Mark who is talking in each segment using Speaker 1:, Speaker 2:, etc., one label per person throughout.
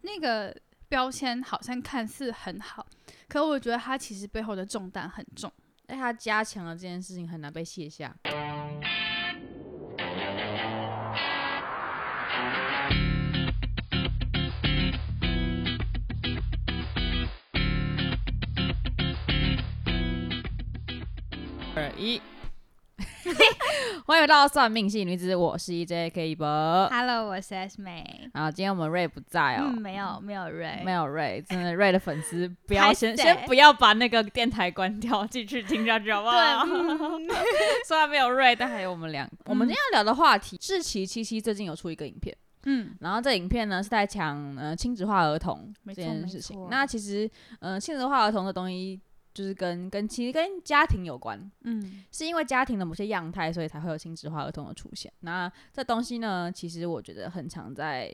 Speaker 1: 那个标签好像看似很好，可我觉得它其实背后的重担很重。
Speaker 2: 但他加强了这件事情很难被卸下。二一，欢迎回到算命系女子，我是 EJ K 一博。
Speaker 1: Hello，我是 S 美。
Speaker 2: 啊，今天我们瑞不在哦，
Speaker 1: 嗯，没有没有瑞，
Speaker 2: 没有瑞，真的瑞的 粉丝不要
Speaker 1: 拍
Speaker 2: 先
Speaker 1: 谁
Speaker 2: 先不要把那个电台关掉，继续听下去好不
Speaker 1: 对，
Speaker 2: 好？
Speaker 1: 嗯
Speaker 2: 虽然没有瑞，但还有我们两个。我们今天要聊的话题，志奇七七最近有出一个影片，
Speaker 1: 嗯，
Speaker 2: 然后这影片呢是在讲呃亲子化儿童
Speaker 1: 没
Speaker 2: 这
Speaker 1: 错
Speaker 2: 件事情
Speaker 1: 没错。
Speaker 2: 那其实呃亲子化儿童的东西就是跟跟其实跟家庭有关，
Speaker 1: 嗯，
Speaker 2: 是因为家庭的某些样态，所以才会有亲子化儿童的出现。那这东西呢，其实我觉得很常在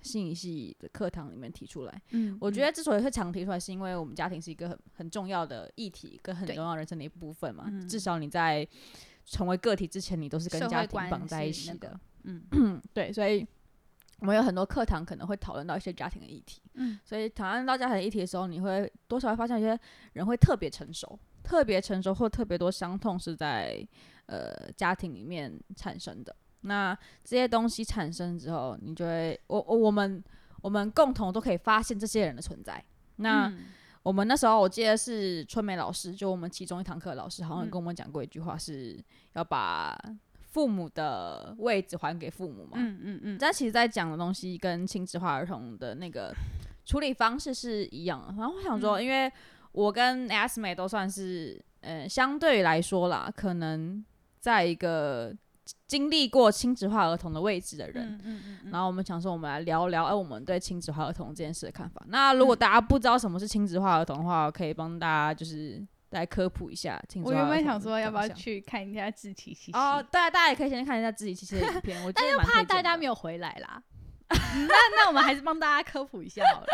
Speaker 2: 信息的课堂里面提出来。
Speaker 1: 嗯，
Speaker 2: 我觉得之所以会常提出来，是因为我们家庭是一个很很重要的议题，跟很
Speaker 1: 对
Speaker 2: 重要人生的一部分嘛
Speaker 1: 嗯。
Speaker 2: 至少你在成为个体之前，你都是跟
Speaker 1: 社会
Speaker 2: 家庭
Speaker 1: 关
Speaker 2: 绑在一
Speaker 1: 系
Speaker 2: 起
Speaker 1: 那
Speaker 2: 的。
Speaker 1: 嗯
Speaker 2: 对，所以我们有很多课堂可能会讨论到一些家庭的议题。
Speaker 1: 嗯
Speaker 2: 所以讨论到家庭的议题的时候，你会多少会发现有些人会特别成熟，特别成熟或特别多伤痛是在呃家庭里面产生的。那这些东西产生之后，你就会我我我们我们共同都可以发现这些人的存在。那、
Speaker 1: 嗯
Speaker 2: 我们那时候我记得是春梅老师，就我们其中一堂课的老师，好像
Speaker 1: 嗯
Speaker 2: 跟我们讲过一句话，是要把父母的位置还给父母嘛。
Speaker 1: 嗯嗯嗯，
Speaker 2: 但其实在讲的东西跟亲子化儿童的 那个处理方式是一样的。然后我想
Speaker 1: 嗯
Speaker 2: 说，因为我跟 S 美都算是，呃，相对来说啦，可能在一个经历过亲子化儿童的位置的人，
Speaker 1: 嗯嗯嗯嗯，
Speaker 2: 然后我们想说，我们来聊聊，哎、我们对亲子化儿童这件事的看法。
Speaker 1: 嗯
Speaker 2: 那如果大家不知道什么是亲子化儿童的话，我可以帮大家就是来科普一下亲子
Speaker 1: 我
Speaker 2: 化儿
Speaker 1: 原
Speaker 2: 童的
Speaker 1: 本
Speaker 2: 长相。
Speaker 1: 想说要不要去看一下志奇西西，
Speaker 2: 哦，对啊，大家也可以先看一下自己其实的影片，我但又
Speaker 1: 怕大家没有回来 啦。那那我们还是帮大家科普一下好了。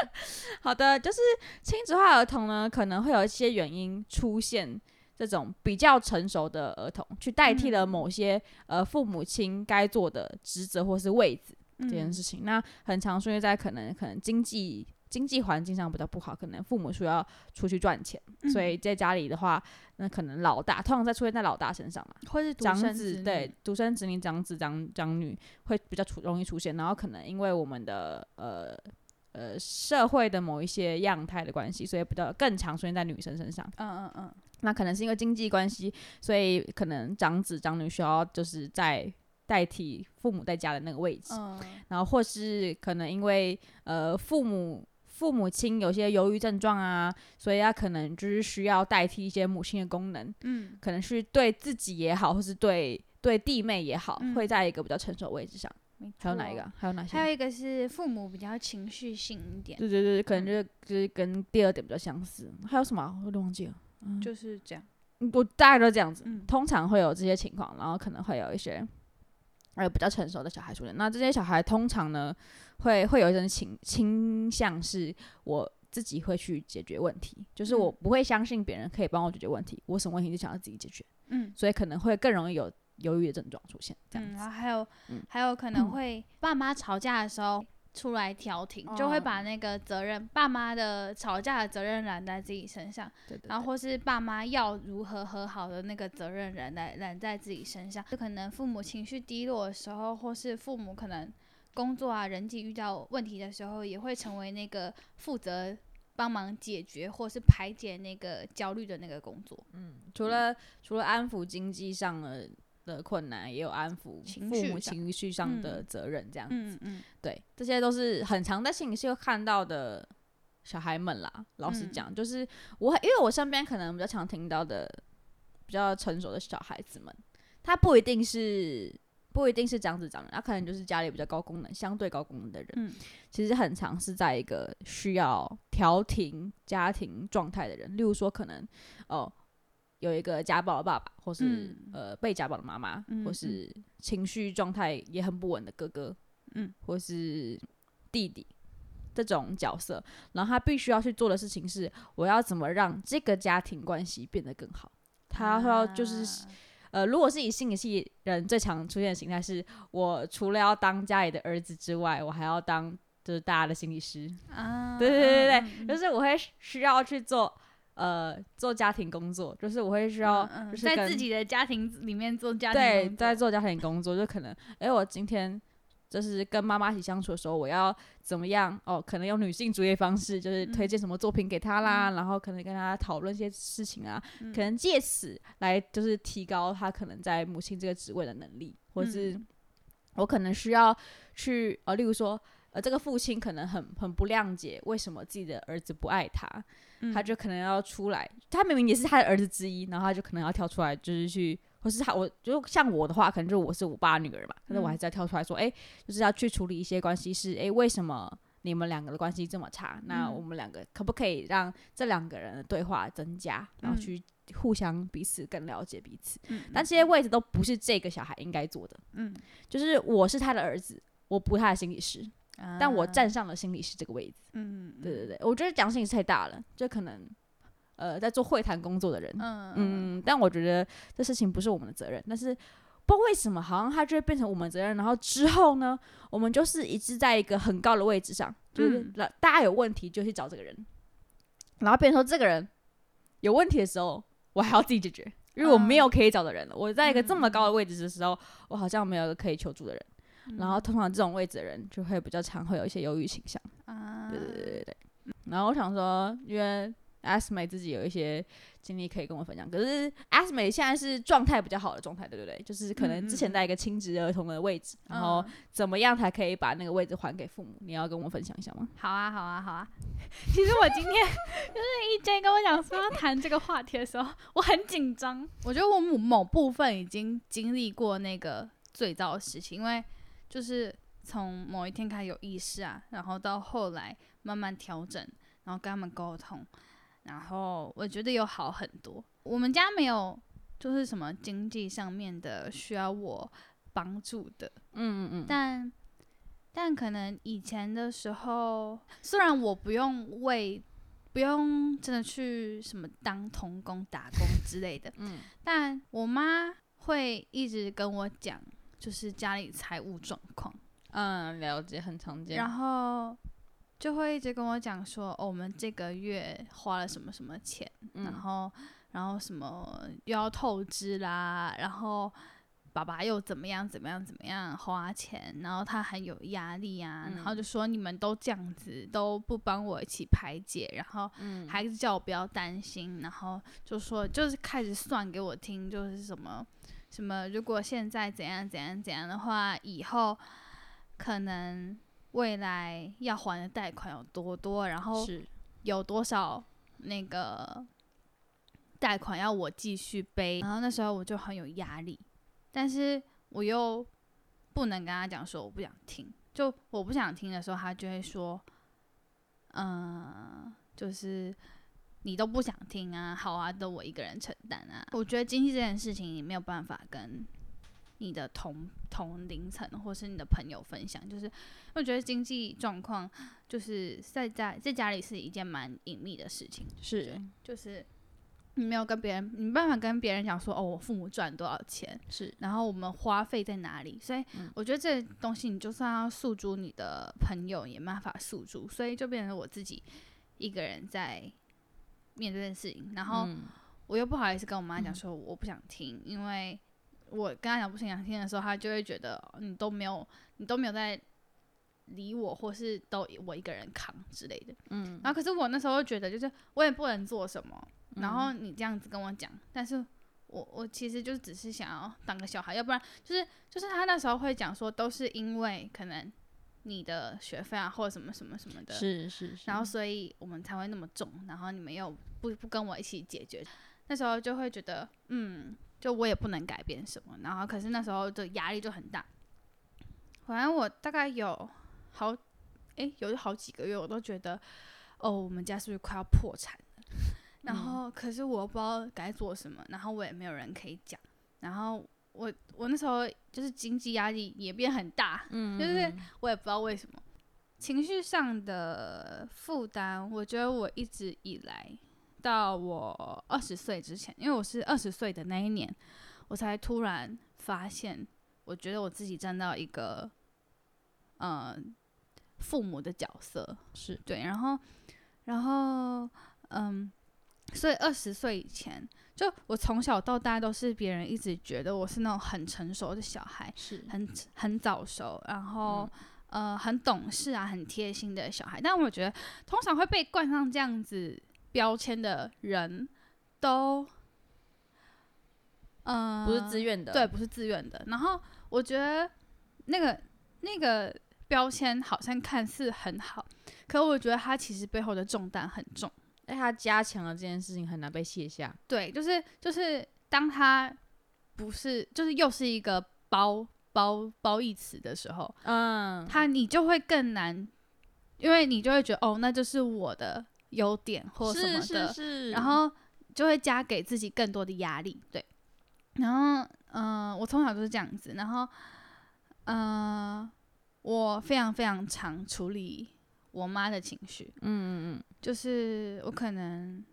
Speaker 2: 好的，就是亲子化儿童呢，可能会有一些原因出现这种比较成熟的儿童，去代替了
Speaker 1: 嗯
Speaker 2: 某些、呃父母亲该做的职责或是位置
Speaker 1: 嗯
Speaker 2: 这件事情。那很常出现在可能可能经济经济环境上比较不好，可能父母需要出去赚钱，
Speaker 1: 嗯
Speaker 2: 所以在家里的话，那可能老大通常在出现在老大身上嘛，
Speaker 1: 或是独
Speaker 2: 长
Speaker 1: 生
Speaker 2: 子
Speaker 1: 女
Speaker 2: 对，独生子女、长子、长长女会比较出容易出现，然后可能因为我们的呃呃社会的某一些样态的关系，所以比较更常出现在女生身上。
Speaker 1: 嗯嗯嗯，
Speaker 2: 那可能是因为经济关系，所以可能长子、长女需要就是在代替父母在家的那个位置，
Speaker 1: 嗯，
Speaker 2: 然后或是可能因为呃父母。父母亲有些忧郁症状啊，所以他可能就是需要代替一些母亲的功能，
Speaker 1: 嗯
Speaker 2: 可能是对自己也好，或是对对弟妹也好，
Speaker 1: 嗯
Speaker 2: 会在一个比较成熟的位置上。
Speaker 1: 没
Speaker 2: 还有哪一个
Speaker 1: 错
Speaker 2: 啊？？还有哪些？
Speaker 1: 还有一个是父母比较情绪性一嗯点，
Speaker 2: 对对对，可能就是就是跟第二点比较相似。还有什么啊、我有点忘记了。
Speaker 1: 就是这样。
Speaker 2: 嗯我大概都这样子，
Speaker 1: 嗯
Speaker 2: 通常会有这些情况，然后可能会有一些呃比较成熟的小孩出现。那这些小孩通常呢，会会有一种倾倾向是我。自己会去解决问题，就是我
Speaker 1: 嗯
Speaker 2: 不会相信别人可以帮我解决问题，我什么问题就想要自己解决，
Speaker 1: 嗯
Speaker 2: 所以可能会更容易有忧郁的症状出现。这样
Speaker 1: 嗯，
Speaker 2: 子，
Speaker 1: 然后还有
Speaker 2: 嗯
Speaker 1: 还有可能会爸妈吵架的时候出来调停，就
Speaker 2: 哦
Speaker 1: 会把那个责任爸妈的吵架的责任揽在自己身上，
Speaker 2: 对对
Speaker 1: 然后或是爸妈要如何和好的那个责任揽在揽在自己身上。就可能父母情绪低落的时候，或是父母可能工作啊人际遇到问题的时候，也会成为那个负责。帮忙解决或是排解那个焦虑的那个工作，
Speaker 2: 除了
Speaker 1: 嗯
Speaker 2: 除了安抚经济上的的困难，也有安抚
Speaker 1: 情
Speaker 2: 父
Speaker 1: 绪
Speaker 2: 母
Speaker 1: 上
Speaker 2: 情绪上的责任，这样、
Speaker 1: 嗯嗯，
Speaker 2: 对，这些都是很常在心理系看到的小孩们啦。老实
Speaker 1: 嗯
Speaker 2: 讲，就是我因为我身边可能比较常听到的比较成熟的小孩子们，他不一定是。不一定是长子长女，他可能就是家里比较高功能、相对高功能的人，
Speaker 1: 嗯
Speaker 2: 其实很常是在一个需要调停家庭状态的人，例如说可能哦有一个家暴的爸爸，或是、
Speaker 1: 嗯
Speaker 2: 呃被家暴的妈妈，
Speaker 1: 嗯
Speaker 2: 或是情绪状态也很不稳的哥哥，
Speaker 1: 嗯，
Speaker 2: 或是弟弟这种角色，然后他必须要去做的事情是，我要怎么让这个家庭关系变得更好。他要就是、
Speaker 1: 啊
Speaker 2: 呃，如果是以心理系人最常出现的形态是，我除了要当家里的儿子之外，我还要当就是大家的心理师，
Speaker 1: 啊，
Speaker 2: 对对对对对
Speaker 1: 嗯嗯嗯
Speaker 2: 就是我会需要去做呃做家庭工作，就是我会需要
Speaker 1: 嗯嗯
Speaker 2: 就是
Speaker 1: 在
Speaker 2: 跟
Speaker 1: 自己的家庭里面做家庭
Speaker 2: 对
Speaker 1: 工作
Speaker 2: 在做家庭工作，就可能哎、我今天。就是跟妈妈一起相处的时候，我要怎么样？哦，可能用女性主义的方式，就是
Speaker 1: 嗯
Speaker 2: 推荐什么作品给她啦，然后可能跟她讨论一些事情啊，
Speaker 1: 嗯
Speaker 2: 可能借此来就是提高她可能在母亲这个职位的能力，或是
Speaker 1: 嗯
Speaker 2: 我可能需要去呃，例如说呃，这个父亲可能很很不谅解为什么自己的儿子不爱他，
Speaker 1: 嗯
Speaker 2: 他就可能要出来，他明明也是他的儿子之一，然后他就可能要跳出来，就是去，或是他我就像我的话，可能就我是我爸的女儿嘛，但是
Speaker 1: 嗯
Speaker 2: 我还是要跳出来说，哎、就是要去处理一些关系是，哎、为什么你们两个的关系这么差？那
Speaker 1: 嗯
Speaker 2: 我们两个可不可以让这两个人的对话增加，然后
Speaker 1: 嗯
Speaker 2: 去互相彼此更了解彼此？
Speaker 1: 嗯
Speaker 2: 但这些位置都不是这个小孩应该做的，
Speaker 1: 嗯，
Speaker 2: 就是我是他的儿子，我不是他的心理师，但我站上了心理师这个位置。
Speaker 1: 啊嗯嗯
Speaker 2: 对对对，我觉得讲心理太大了，就可能呃在做会谈工作的人，
Speaker 1: 嗯嗯
Speaker 2: 嗯，但我觉得这事情不是我们的责任，但是。不知道为什么，好像它就会变成我们的责任。然后之后呢，我们就是一致在一个很高的位置上，就是
Speaker 1: 嗯
Speaker 2: 老大家有问题就去找这个人，然后变成说这个人有问题的时候，我还要自己解决，因为我
Speaker 1: 嗯
Speaker 2: 没有可以找的人了。我在一个这么高的位置的时候，我好像没有一个可以求助的人。然
Speaker 1: 嗯
Speaker 2: 后通常这种位置的人就会比较常会有一些忧郁倾向。
Speaker 1: 啊，
Speaker 2: 对对对对对。然后我想说，因为 S 美自己有一些经历可以跟我分享，可是 S 美现在是状态比较好的状态，对不对？就是可能之前在一个亲职儿童的位置，然后
Speaker 1: 嗯
Speaker 2: 怎么样才可以把那个位置还给父母？你要跟我分享一下吗？
Speaker 1: 好啊，好啊，好啊！ 其实我今天 就是一 J 跟我讲说要谈这个话题的时候，我很紧张。我觉得我某某部分已经经历过那个最糟的事情，因为就是从某一天开始有意识啊，然后到后来慢慢调整，然后跟他们沟通，然后我觉得有好很多。我们家没有就是什么经济上面的需要我帮助的，
Speaker 2: 嗯嗯嗯，
Speaker 1: 但但可能以前的时候，虽然我不用为不用真的去什么当童工、打工之类的，
Speaker 2: 嗯，
Speaker 1: 但我妈会一直跟我讲，就是家里财务状况，
Speaker 2: 嗯，了解，很常见。
Speaker 1: 然后就会一直跟我讲说，哦，我们这个月花了什么什么钱。然
Speaker 2: 嗯
Speaker 1: 后然后什么又要透支啦，然后爸爸又怎么样怎么样怎么样花钱，然后他很有压力啊，
Speaker 2: 嗯
Speaker 1: 然后就说你们都这样子都不帮我一起排解，然后
Speaker 2: 嗯，
Speaker 1: 还是叫我不要担心，然后就说就是开始算给我听，就是什么什么，如果现在怎样怎样怎样的话，以后可能未来要还的贷款有多多，然后
Speaker 2: 是
Speaker 1: 有多少那个贷款要我继续背，然后那时候我就很有压力，但是我又不能跟他讲说我不想听，就我不想听的时候，他就会说，嗯、就是你都不想听啊，好啊，都我一个人承担啊。我觉得经济这件事情，你没有办法跟你的同同龄层或是你的朋友分享，就是我觉得经济状况就是在家在家里是一件蛮隐秘的事情，
Speaker 2: 是
Speaker 1: 就是你没有跟别人，你没办法跟别人讲说，哦，我父母赚多少钱，
Speaker 2: 是，
Speaker 1: 然后我们花费在哪里，所以我觉得这东西你就算要诉诸你的朋友，也没办法诉诸，所以就变成我自己一个人在面对这件事情，然后
Speaker 2: 嗯
Speaker 1: 我又不好意思跟我妈讲说我不想听，因为我跟她讲不想听的时候，她就会觉得哦你都没有你都没有在理我，或是都我一个人扛之类的。嗯，然后可是我那时候觉得就是我也不能做什么，
Speaker 2: 嗯
Speaker 1: 然后你这样子跟我讲，但是我我其实就只是想要当个小孩，要不然就是就是他那时候会讲说都是因为可能你的学费啊或者什么什么什么的，
Speaker 2: 是是，
Speaker 1: 然后所以我们才会那么重，然后你们又不不跟我一起解决，那时候就会觉得，嗯，就我也不能改变什么，然后可是那时候的压力就很大，反正我大概有好，诶，有好几个月我都觉得，哦，我们家是不是快要破产了？然
Speaker 2: 嗯
Speaker 1: 后可是我不知道该做什么，然后我也没有人可以讲，然后我我那时候就是经济压力也变很大，
Speaker 2: 嗯
Speaker 1: 就是我也不知道为什么，情绪上的负担，我觉得我一直以来到我二十岁之前，因为我是二十岁的那一年，我才突然发现，我觉得我自己站到一个，呃，父母的角色，
Speaker 2: 是
Speaker 1: 对，然后，然后，嗯，所以二十岁以前，就我从小到大都是别人一直觉得我是那种很成熟的小孩，
Speaker 2: 是
Speaker 1: 很很早熟，然后、
Speaker 2: 嗯
Speaker 1: 呃很懂事啊，很贴心的小孩。但我觉得通常会被冠上这样子标签的人，都嗯、呃
Speaker 2: 不是自愿的，
Speaker 1: 对，不是自愿的。然后我觉得那个那个标签好像看似很好，可我觉得它其实背后的重担很重。
Speaker 2: 但哎他加强了这件事情很难被卸下，
Speaker 1: 对，就是就是当它不是就是又是一个褒褒褒义词的时候，
Speaker 2: 嗯，
Speaker 1: 他你就会更难，因为你就会觉得哦，那就是我的优点或什么
Speaker 2: 是
Speaker 1: 的，
Speaker 2: 是是，
Speaker 1: 然后就会加给自己更多的压力，对。然后，嗯、我从小就是这样子，然后，嗯，我非常非常常处理我妈的情绪，
Speaker 2: 嗯嗯
Speaker 1: 就是我可能，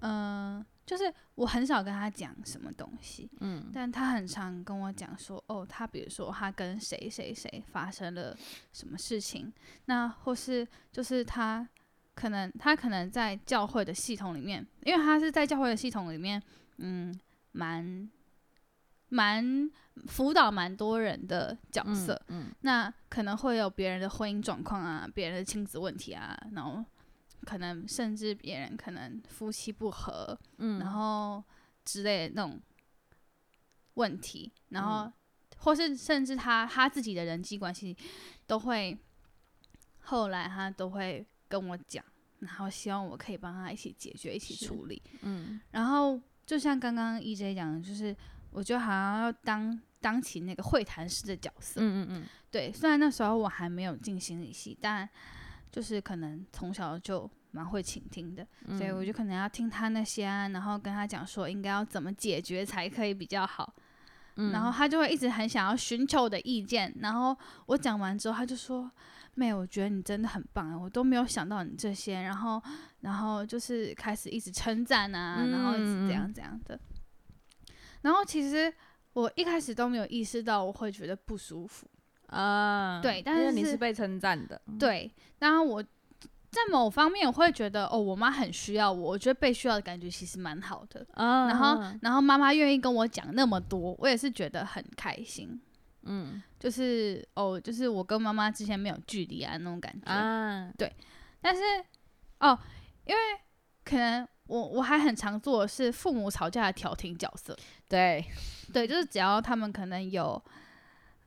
Speaker 1: 嗯、就是我很少跟她讲什么东西，
Speaker 2: 嗯
Speaker 1: 但他很常跟我讲说，哦，他比如说他跟谁谁谁发生了什么事情，那或是就是他可能他可能在教会的系统里面，因为他是在教会的系统里面，嗯，蛮蛮辅导蛮多人的角
Speaker 2: 嗯，
Speaker 1: 色，
Speaker 2: 嗯，
Speaker 1: 那可能会有别人的婚姻状况啊，别人的亲子问题啊，然后可能甚至别人可能夫妻不和，
Speaker 2: 嗯，
Speaker 1: 然后之类的那种问题，
Speaker 2: 嗯
Speaker 1: 然后、或是甚至他他自己的人际关系都会，后来他都会跟我讲，然后希望我可以帮他一起解决、一起
Speaker 2: 是
Speaker 1: 处理。
Speaker 2: 嗯
Speaker 1: 然后就像刚刚 EJ 讲的，就是我觉得好像要当当起那个会谈师的角色，
Speaker 2: 嗯嗯嗯，
Speaker 1: 对，虽然那时候我还没有进心理系，但就是可能从小就蛮会倾听的，所以我就可能要听他那些啊，然后跟他讲说应该要怎么解决才可以比较好，然后他就会一直很想要寻求我的意见，然后我讲完之后，他就说：“妹，我觉得你真的很棒啊，我都没有想到你这些。”然后，然后就是开始一直称赞啊，然后一直怎样怎样的。然后其实我一开始都没有意识到我会觉得不舒服。
Speaker 2: 啊，
Speaker 1: 对但
Speaker 2: 因为你
Speaker 1: 是
Speaker 2: 是被称赞的，
Speaker 1: 对，然后我在某方面我会觉得，哦，我妈很需要我，我觉得被需要的感觉其实蛮好的。
Speaker 2: 啊，
Speaker 1: 然后，然后妈妈愿意跟我讲那么多，我也是觉得很开心。
Speaker 2: 嗯
Speaker 1: 就是哦，就是我跟妈妈之前没有距离啊那种感觉。
Speaker 2: 啊，
Speaker 1: 但是哦，因为可能我我还很常做的是父母吵架的调停角色，
Speaker 2: 对，
Speaker 1: 对，就是只要他们可能有。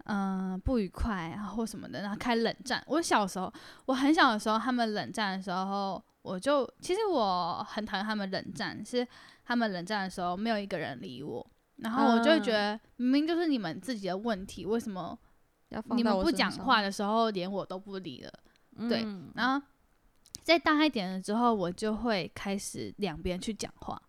Speaker 1: 嗯、不愉快啊，或什么的，然后开冷战。我小时候，我很小的时候，他们冷战的时候，我就其实我很讨厌他们冷战，是他们冷战的时候没有一个人理我，然后我就会觉得、明明就是你们自己的问题，为什么
Speaker 2: 要放
Speaker 1: 你
Speaker 2: 到
Speaker 1: 们
Speaker 2: 我
Speaker 1: 不
Speaker 2: 身
Speaker 1: 讲
Speaker 2: 上，
Speaker 1: 话的时候，连我都不理了。对
Speaker 2: 嗯
Speaker 1: 然后再大一点了之后，我就会开始两边去讲话，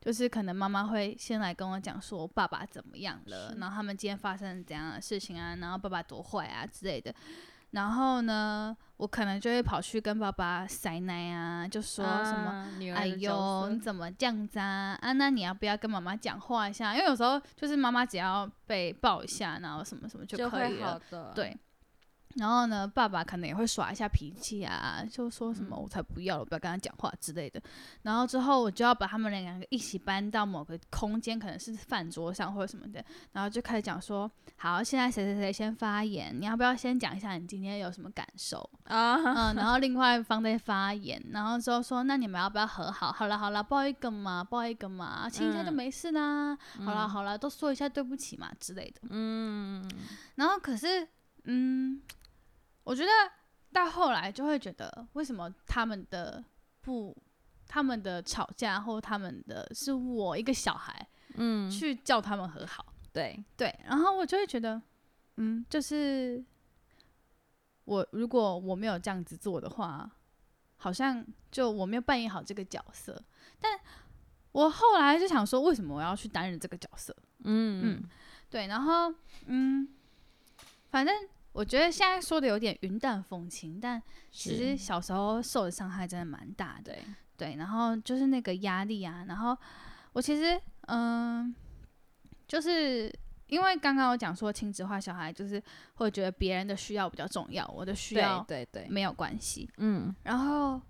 Speaker 1: 就是可能妈妈会先来跟我讲说爸爸怎么样了，
Speaker 2: 是
Speaker 1: 然后他们今天发生怎样的事情啊，然后爸爸多坏啊之类的。然后呢，我可能就会跑去跟爸爸塞奶啊，就说什么。
Speaker 2: 啊女儿
Speaker 1: 哎
Speaker 2: 的角
Speaker 1: 呦，
Speaker 2: 色
Speaker 1: 你怎么这样子啊？啊，那你要不要跟妈妈讲话一下？因为有时候就是妈妈只要被抱一下，然后什么什么
Speaker 2: 就
Speaker 1: 可以
Speaker 2: 会
Speaker 1: 了
Speaker 2: 好。的，，
Speaker 1: 对。然后呢，爸爸可能也会耍一下脾气啊，就说什么“我才不要了，我不要跟他讲话”之类的。然后之后我就要把他们两个一起搬到某个空间，可能是饭桌上或者什么的，然后就开始讲说：“好，现在谁谁谁先发言，你要不要先讲一下你今天有什么感受？”
Speaker 2: 啊，
Speaker 1: 嗯，然后另外一方在发言，然后之后说：“那你们要不要和好？好了好了，抱一个嘛，抱一个嘛，亲一下就
Speaker 2: 嗯
Speaker 1: 没事啦。好了好了，都说一下对不起嘛之类的。”
Speaker 2: 嗯，
Speaker 1: 然后可是，嗯，我觉得到后来就会觉得，为什么他们的不，他们的吵架或他们的是我一个小孩，嗯，去叫他们和好，
Speaker 2: 对，
Speaker 1: 对，然后我就会觉得，嗯，就是我如果我没有这样子做的话，好像就我没有扮演好这个角色，但我后来就想说，为什么我要去担任这个角色？
Speaker 2: 嗯嗯，
Speaker 1: 对，然后嗯，反正我觉得现在说的有点云淡风轻，但其实小时候受的伤害真的蛮大的。
Speaker 2: 对，
Speaker 1: 对，然后就是那个压力啊，然后我其实嗯，就是因为刚刚我讲说亲子化小孩就是会觉得别人的需要比较重要，我的需
Speaker 2: 对
Speaker 1: 要
Speaker 2: 对对，
Speaker 1: 没有关系。
Speaker 2: 嗯，
Speaker 1: 然后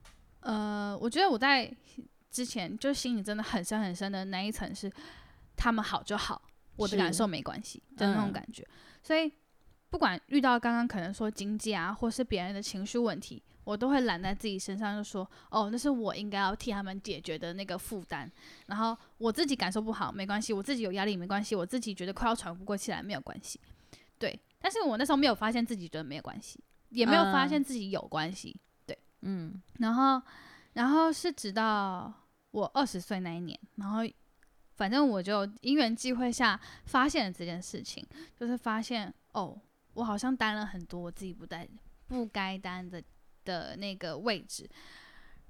Speaker 1: 呃，我觉得我在之前就心里真的很深很深的那一层是，他们好就好，我的
Speaker 2: 是
Speaker 1: 感受没关系的那种
Speaker 2: 嗯
Speaker 1: 感觉。所以不管遇到刚刚可能说经济啊，或是别人的情绪问题。我都会揽在自己身上，就说哦，那是我应该要替他们解决的那个负担。然后我自己感受不好没关系，我自己有压力没关系，我自己觉得快要喘不过气来没有关系。对，但是我那时候没有发现自己觉得没有关系，也没有发
Speaker 2: 嗯
Speaker 1: 现自己有关系。然后，然后是直到我二十岁那一年，然后反正我就因缘际会下发现了这件事情，就是发现哦，我好像担了很多我自己不该不该担的的那个位置，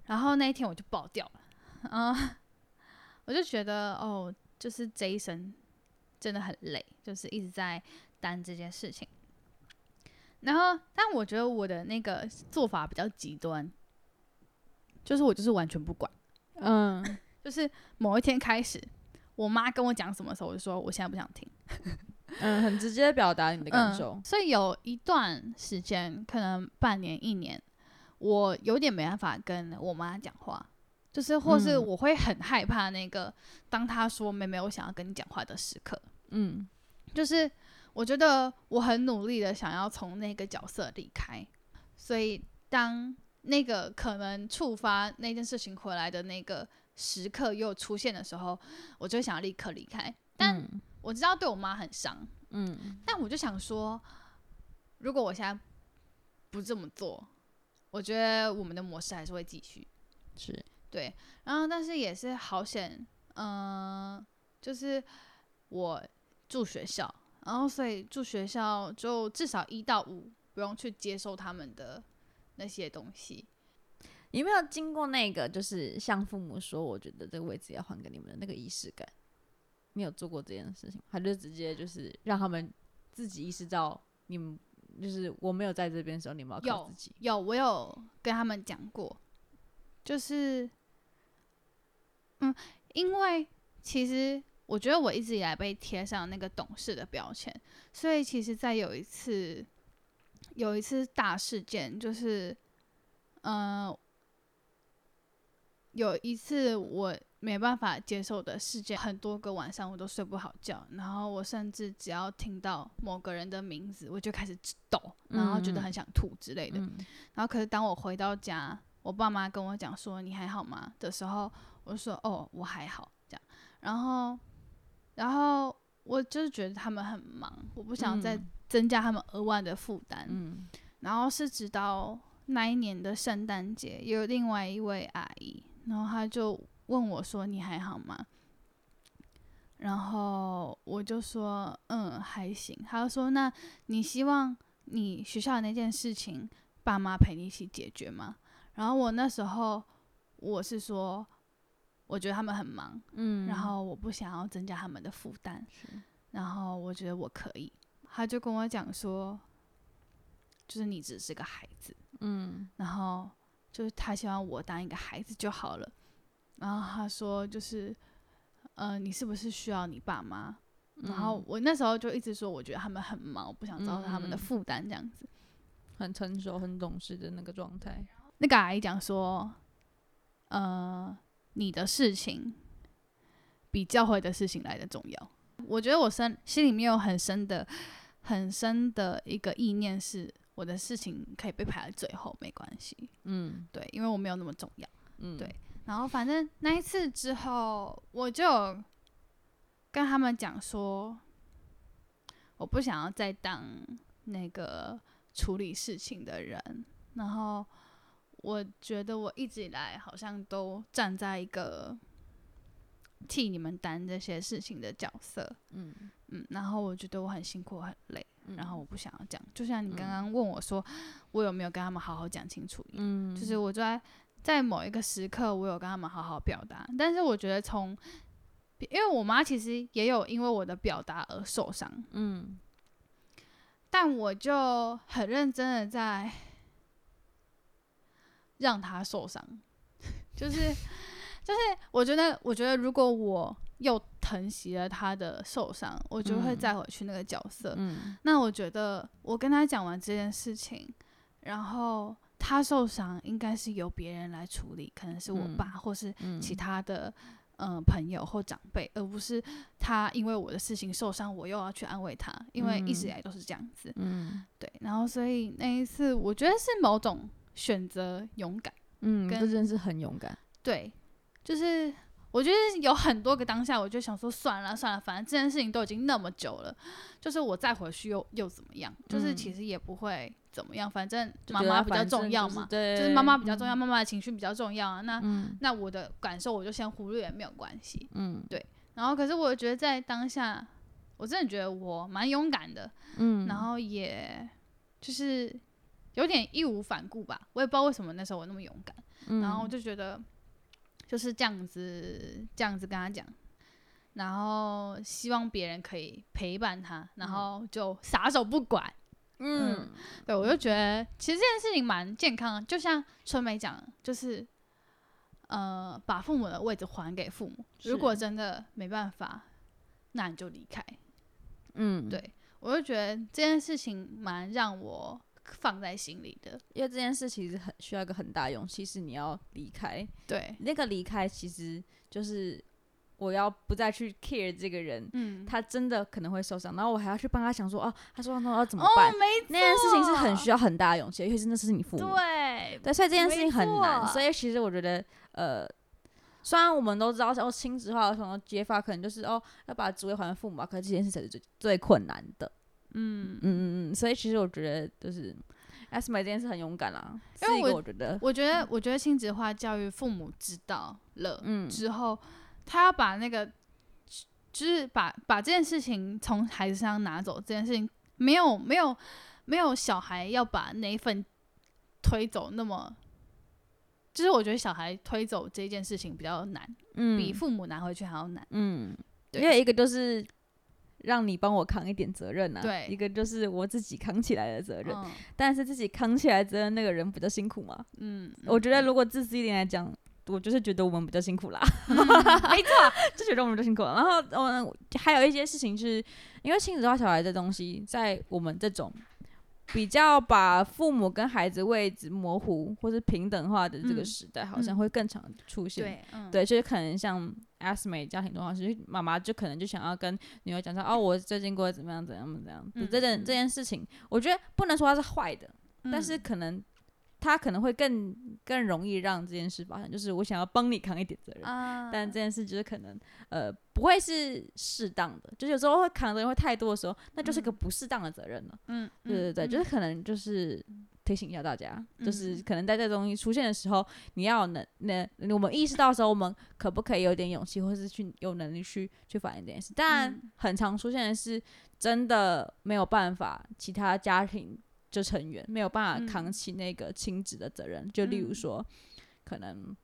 Speaker 1: 然后那一天我就爆掉了，嗯，我就觉得哦，就是这一生真的很累，就是一直在担这件事情。然后，但我觉得我的那个做法比较极端，就是我就是完全不管，
Speaker 2: 嗯，
Speaker 1: 就是某一天开始，我妈跟我讲什么时候，我就说我现在不想听。
Speaker 2: 嗯，很直接表达你的感受
Speaker 1: 嗯。。所以有一段时间，可能半年、一年，我有点没办法跟我妈讲话，就是或是
Speaker 2: 嗯
Speaker 1: 我会很害怕那个，当她说“妹妹，我想要跟你讲话”的时刻，
Speaker 2: 嗯
Speaker 1: 就是我觉得我很努力的想要从那个角色离开，所以当那个可能触发那件事情回来的那个时刻又出现的时候，我就想要立刻离开。但
Speaker 2: 嗯
Speaker 1: 我知道对我妈很伤，
Speaker 2: 嗯
Speaker 1: 但我就想说，如果我现在不这么做，我觉得我们的模式还是会继续。
Speaker 2: 是
Speaker 1: 对，然后但是也是好险，嗯、就是我住学校，然后所以住学校就至少一到五不用去接受他们的那些东西。
Speaker 2: 你有没有经过那个就是向父母说，我觉得这个位置要还给你们的那个仪式感？你有做过这件事情吗，还是直接就是让他们自己意识到你们就是我没有在这边的时候，你们要靠
Speaker 1: 有
Speaker 2: 自己。
Speaker 1: 有，我有跟他们讲过，就是，嗯，因为其实我觉得我一直以来被贴上那个懂事的标签，所以其实，在有一次有一次大事件，就是，嗯、有一次我没办法接受的事件，很多个晚上我都睡不好觉，然后我甚至只要听到某个人的名字，我就开始抖，然后觉得
Speaker 2: 嗯
Speaker 1: 很想吐之类的。
Speaker 2: 嗯
Speaker 1: 然后可是当我回到家，我爸妈跟我讲说你还好吗的时候，我就说哦我还好这样，然后然后我就是觉得他们很忙，我不想再
Speaker 2: 嗯
Speaker 1: 增加他们额外的负担。
Speaker 2: 嗯
Speaker 1: 然后是直到那一年的圣诞节，有另外一位阿姨，然后她就问我说你还好吗？然后我就说，嗯，还行。他就说，那你希望你学校的那件事情，爸妈陪你一起解决吗？然后我那时候我是说，我觉得他们很忙，
Speaker 2: 嗯
Speaker 1: 然后我不想要增加他们的负担，
Speaker 2: 是
Speaker 1: 然后我觉得我可以。他就跟我讲说，就是你只是个孩子，
Speaker 2: 嗯
Speaker 1: 然后就是他希望我当一个孩子就好了。然后他说就是，呃，你是不是需要你爸妈？然后我那时候就一直说，我觉得他们很忙，我不想造成他们的
Speaker 2: 嗯嗯嗯嗯
Speaker 1: 负担这样子。
Speaker 2: 很成熟、很懂事的那个状态。
Speaker 1: 那个阿姨讲说，呃，你的事情比教会的事情来的重要。我觉得我深心里面有很深的、很深的一个意念是，我的事情可以被排在最后，没关系。
Speaker 2: 嗯
Speaker 1: 对，因为我没有那么重要。
Speaker 2: 嗯，
Speaker 1: 对然后反正那一次之后，我就有跟他们讲说，我不想要再当那个处理事情的人。然后我觉得我一直以来好像都站在一个替你们担这些事情的角色，
Speaker 2: 嗯
Speaker 1: 嗯，然后我觉得我很辛苦很累，
Speaker 2: 嗯
Speaker 1: 然后我不想要这样。就像你刚
Speaker 2: 嗯
Speaker 1: 刚问我说，我有没有跟他们好好讲清楚一样。
Speaker 2: 嗯
Speaker 1: 就是我在在某一个时刻，我有跟他们好好表达，但是我觉得从，因为我妈其实也有因为我的表达而受伤，
Speaker 2: 嗯
Speaker 1: 但我就很认真的在让她 受伤，就是就是我觉得我觉得如果我又疼惜了他的受伤，我就会再回去那个角色。
Speaker 2: 嗯
Speaker 1: 那我觉得我跟他讲完这件事情，然后他受伤应该是由别人来处理，可能是我
Speaker 2: 嗯
Speaker 1: 爸或是
Speaker 2: 嗯
Speaker 1: 其他的嗯、呃朋友或长辈，而不是他因为我的事情受伤，我又要去安慰他，因为一直以来都是这样子。
Speaker 2: 嗯
Speaker 1: 对，然后所以那一次我觉得是某种选择勇敢，
Speaker 2: 嗯，这
Speaker 1: 跟
Speaker 2: 真是很勇敢。
Speaker 1: 对，就是。我觉得有很多个当下，我就想说算了算了，反正这件事情都已经那么久了，就是我再回去又又怎么样？就是
Speaker 2: 嗯
Speaker 1: 其实也不会怎么样，反正
Speaker 2: 就
Speaker 1: 妈
Speaker 2: 觉得
Speaker 1: 妈
Speaker 2: 啊
Speaker 1: 比较
Speaker 2: 反正
Speaker 1: 重要
Speaker 2: 就是
Speaker 1: 嘛，
Speaker 2: 对，
Speaker 1: 就是妈妈比较重要，妈妈的情绪比较重要啊。那
Speaker 2: 嗯。
Speaker 1: 那我的感受我就先忽略也没有关系。
Speaker 2: 嗯
Speaker 1: 然后可是我觉得在当下，我真的觉得我蛮勇敢的，
Speaker 2: 嗯，
Speaker 1: 然后也就是有点义无反顾吧。我也不知道为什么那时候我那么勇敢，
Speaker 2: 嗯
Speaker 1: 然后我就觉得就是这样子，这样子跟他讲。然后希望别人可以陪伴他，然后就撒手不管。
Speaker 2: 嗯
Speaker 1: 对，我就觉得其实这件事情蛮健康的，就像春梅讲的，就是呃，把父母的位置还给父母。如
Speaker 2: 是
Speaker 1: 果真的没办法，那你就离开。
Speaker 2: 嗯，
Speaker 1: 对我就觉得这件事情蛮让我放在心里的。
Speaker 2: 因为这件事其实很需要一个很大勇气，是你要离开，
Speaker 1: 对，
Speaker 2: 那个离开其实就是我要不再去 care 这个人，
Speaker 1: 嗯，
Speaker 2: 他真的可能会受伤，然后我还要去帮他想说，哦，他受伤了要怎么
Speaker 1: 哦
Speaker 2: 办？，
Speaker 1: 没
Speaker 2: 那件事情是很
Speaker 1: 错
Speaker 2: 需要很大的勇气，尤其是那是你父母，
Speaker 1: 对，
Speaker 2: 对，所以这件事
Speaker 1: 没
Speaker 2: 情很难。
Speaker 1: 错
Speaker 2: 所以其实我觉得，呃，虽然我们都知道哦，亲子化儿童的解法可能就是哦要把职位还给父母啊，可是这件事才是最最困难的。
Speaker 1: 嗯，
Speaker 2: 嗯嗯嗯，所以其实我觉得就是 S 美这件事很勇敢啦，
Speaker 1: 因为
Speaker 2: 是一个
Speaker 1: 我
Speaker 2: 我觉得，
Speaker 1: 我觉得，我觉得亲子化教育，父母知道了，
Speaker 2: 嗯
Speaker 1: 之后，他要把那个，就是把把这件事情从孩子身上拿走，这件事情没有没有没有小孩要把那一份推走那么，就是我觉得小孩推走这件事情比较难，
Speaker 2: 嗯
Speaker 1: 比父母拿回去还要难。
Speaker 2: 嗯，
Speaker 1: 对
Speaker 2: 因为一个就是让你帮我扛一点责任呐、
Speaker 1: 对
Speaker 2: 一个就是我自己扛起来的责任，
Speaker 1: 嗯
Speaker 2: 但是自己扛起来责任那个人比较辛苦嘛。
Speaker 1: 嗯，
Speaker 2: 我觉得如果自私一点来讲。我就是觉得我们比较辛苦啦，
Speaker 1: 嗯 没错，
Speaker 2: 就觉得我们比较辛苦啦。然后，嗯，还有一些事情是，因为亲子化小孩这东西，在我们这种比较把父母跟孩子位置模糊或是平等化的这个
Speaker 1: 嗯
Speaker 2: 时代，好像
Speaker 1: 嗯
Speaker 2: 会更常出现。
Speaker 1: 对，嗯，
Speaker 2: 对，就是可能像 S 美家庭状况，其实妈妈就可能就想要跟女儿讲说，哦，我最近过得怎么样，怎么样，怎么样。
Speaker 1: 嗯
Speaker 2: 这件这件事情，我觉得不能说它是坏的，
Speaker 1: 嗯，
Speaker 2: 但是可能它可能会更更容易让这件事发生，就是我想要帮你扛一点责任。
Speaker 1: 啊，
Speaker 2: 但这件事就是可能，呃，不会是适当的，就是有时候会扛的人会太多的时候，那就是个不适当的责任了。
Speaker 1: 嗯，嗯
Speaker 2: 对对对，
Speaker 1: 嗯
Speaker 2: 就是可能就是提醒一下大家，就是
Speaker 1: 嗯
Speaker 2: 可能在这东西出现的时候，你要有能能我们意识到的时候，我们可不可以有点勇气，或是去有能力去去反应这件事？当然，
Speaker 1: 嗯
Speaker 2: 很常出现的是真的没有办法，其他家庭就成员没有办
Speaker 1: 嗯
Speaker 2: 法扛起那个亲子的责任，就例如
Speaker 1: 嗯
Speaker 2: 说，可能。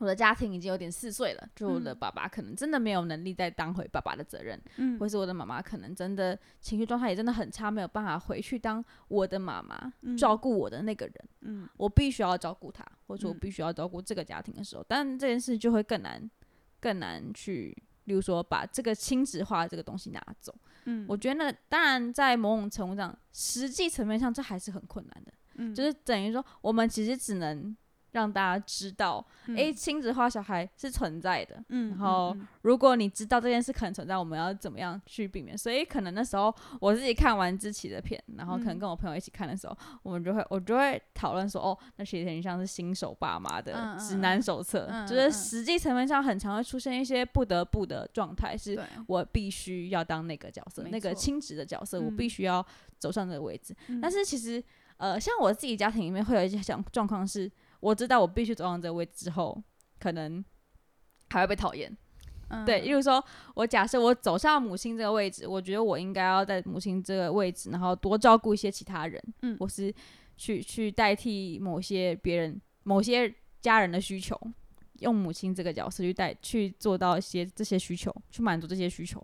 Speaker 2: 我的家庭已经有点四碎了，就我的
Speaker 1: 嗯
Speaker 2: 爸爸可能真的没有能力再当回爸爸的责任，
Speaker 1: 嗯
Speaker 2: 或是我的妈妈可能真的情绪状态也真的很差，没有办法回去当我的妈妈，
Speaker 1: 嗯
Speaker 2: 照顾我的那个人，
Speaker 1: 嗯
Speaker 2: 我必须要照顾她，或者我
Speaker 1: 嗯
Speaker 2: 必须要照顾这个家庭的时候，但这件事就会更难，更难去，例如说把这个亲子化这个东西拿走。
Speaker 1: 嗯，
Speaker 2: 我觉得那当然在某种程度上，实际层面上这还是很困难的，
Speaker 1: 嗯
Speaker 2: 就是等于说我们其实只能让大家知道，
Speaker 1: 嗯
Speaker 2: 诶，亲子化小孩是存在的，
Speaker 1: 嗯，
Speaker 2: 然后
Speaker 1: 嗯
Speaker 2: 如果你知道这件事可能存在，我们要怎么样去避免？所以可能那时候我自己看完之奇的片，然后可能
Speaker 1: 嗯
Speaker 2: 跟我朋友一起看的时候，我们就会我就会讨论说，哦，那其实有点像是新手爸妈的
Speaker 1: 嗯
Speaker 2: 指
Speaker 1: 嗯
Speaker 2: 南
Speaker 1: 嗯
Speaker 2: 手册，
Speaker 1: 嗯
Speaker 2: 就
Speaker 1: 嗯
Speaker 2: 是
Speaker 1: 嗯
Speaker 2: 实际层面上很常会出现一些不得不的状态，是
Speaker 1: 对，
Speaker 2: 我必须要当那个角色，
Speaker 1: 没
Speaker 2: 那个
Speaker 1: 错
Speaker 2: 亲职的角色，我必
Speaker 1: 嗯
Speaker 2: 须要走上这个位置。但
Speaker 1: 是
Speaker 2: 是其实呃，像我自己家庭里面会有一些想状况是，我知道我必须走上这个位置之后，可能还会被讨厌。
Speaker 1: 嗯
Speaker 2: 对，例如说，我假设我走上母亲这个位置，我觉得我应该要在母亲这个位置，然后多照顾一些其他人，
Speaker 1: 嗯
Speaker 2: 或是去去代替某些别人、某些家人的需求，用母亲这个角色去代去做到一些这些需求，去满足这些需求。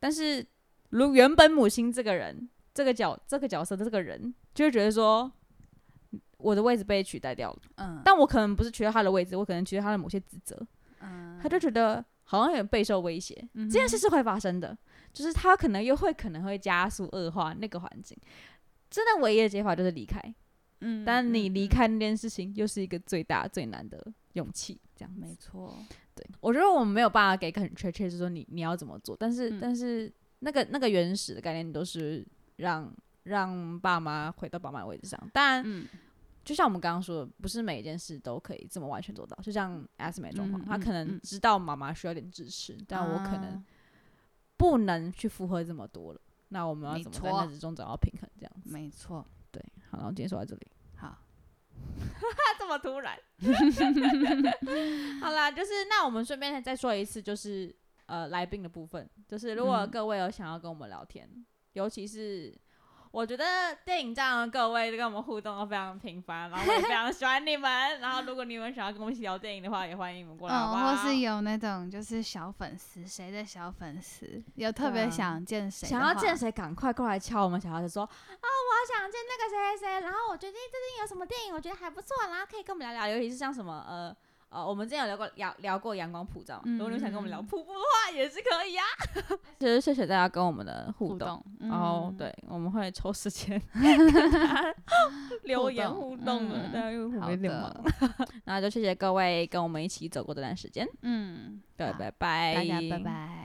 Speaker 2: 但是，如原本母亲这个人、这个角、这个角色的这个人，就会觉得说，嗯我的位置被取代掉了，
Speaker 1: 嗯，
Speaker 2: 但我可能不是取代他的位置，我可能取代他的某些职责，
Speaker 1: 嗯
Speaker 2: 他就觉得好像有备受威胁，这件事是会发生的，就是他可能又会可能会加速恶化那个环境。真的唯一的解法就是离开，
Speaker 1: 嗯
Speaker 2: 但你
Speaker 1: 嗯
Speaker 2: 离
Speaker 1: 嗯
Speaker 2: 开那件事情又是一个最大最难的勇气，这样
Speaker 1: 没
Speaker 2: 子。
Speaker 1: 错，
Speaker 2: 对，我觉得我们没有办法给一个很确切，就是说你你要怎么做，但是、
Speaker 1: 嗯
Speaker 2: 但是那个那个原始的概念都是让让爸妈回到爸妈的位置上。当然，
Speaker 1: 嗯
Speaker 2: 就像我们刚刚说的，不是每一件事都可以这么完全做到。就像 a s m 的状况，
Speaker 1: 嗯
Speaker 2: 他可
Speaker 1: 嗯
Speaker 2: 能
Speaker 1: 嗯
Speaker 2: 知道妈妈需要点支持，但我可能
Speaker 1: 啊
Speaker 2: 不能去负荷这么多了。那我们要
Speaker 1: 没
Speaker 2: 怎么在
Speaker 1: 错
Speaker 2: 那之中找到平衡？这样子，
Speaker 1: 没错，
Speaker 2: 对。好，那我今天说到这里。
Speaker 1: 好，
Speaker 2: 这么突 然。好啦，就是那我们顺便再说一次，就是呃来宾的部分，就是如果
Speaker 1: 嗯
Speaker 2: 各位有想要跟我们聊天，尤其是。我觉得电影站的各位跟我们互动都非常频繁，然后我也非常喜欢你们。然后如果你们想要跟我们一起聊电影的话，也欢迎你们过来，好不好？
Speaker 1: 嗯，或是有那种就是小粉丝，谁的小粉丝有特
Speaker 2: 对
Speaker 1: 别
Speaker 2: 啊
Speaker 1: 想见谁的
Speaker 2: 想
Speaker 1: 话，
Speaker 2: 要见谁，赶快过来敲我们小孩子说啊，我想见那个谁谁谁，然后我决定最近有什么电影，我觉得还不错，然后可以跟我们聊聊，尤其是像什么呃呃，我们之前有聊过聊聊过阳光普照嘛，
Speaker 1: 嗯
Speaker 2: 如果你们想跟我们聊瀑布的话，也是可以啊。 就是谢谢大家跟我们的互
Speaker 1: 互
Speaker 2: 动，
Speaker 1: 动，嗯
Speaker 2: 然后，对，我们会抽时间 跟大家 留言互动的，
Speaker 1: 嗯
Speaker 2: 对，啊因为我们
Speaker 1: 好
Speaker 2: 有点忙
Speaker 1: 的，，
Speaker 2: 那就谢谢各位跟我们一起走过这段时间，
Speaker 1: 嗯，
Speaker 2: 对，
Speaker 1: 好
Speaker 2: 拜拜，
Speaker 1: 大家拜拜。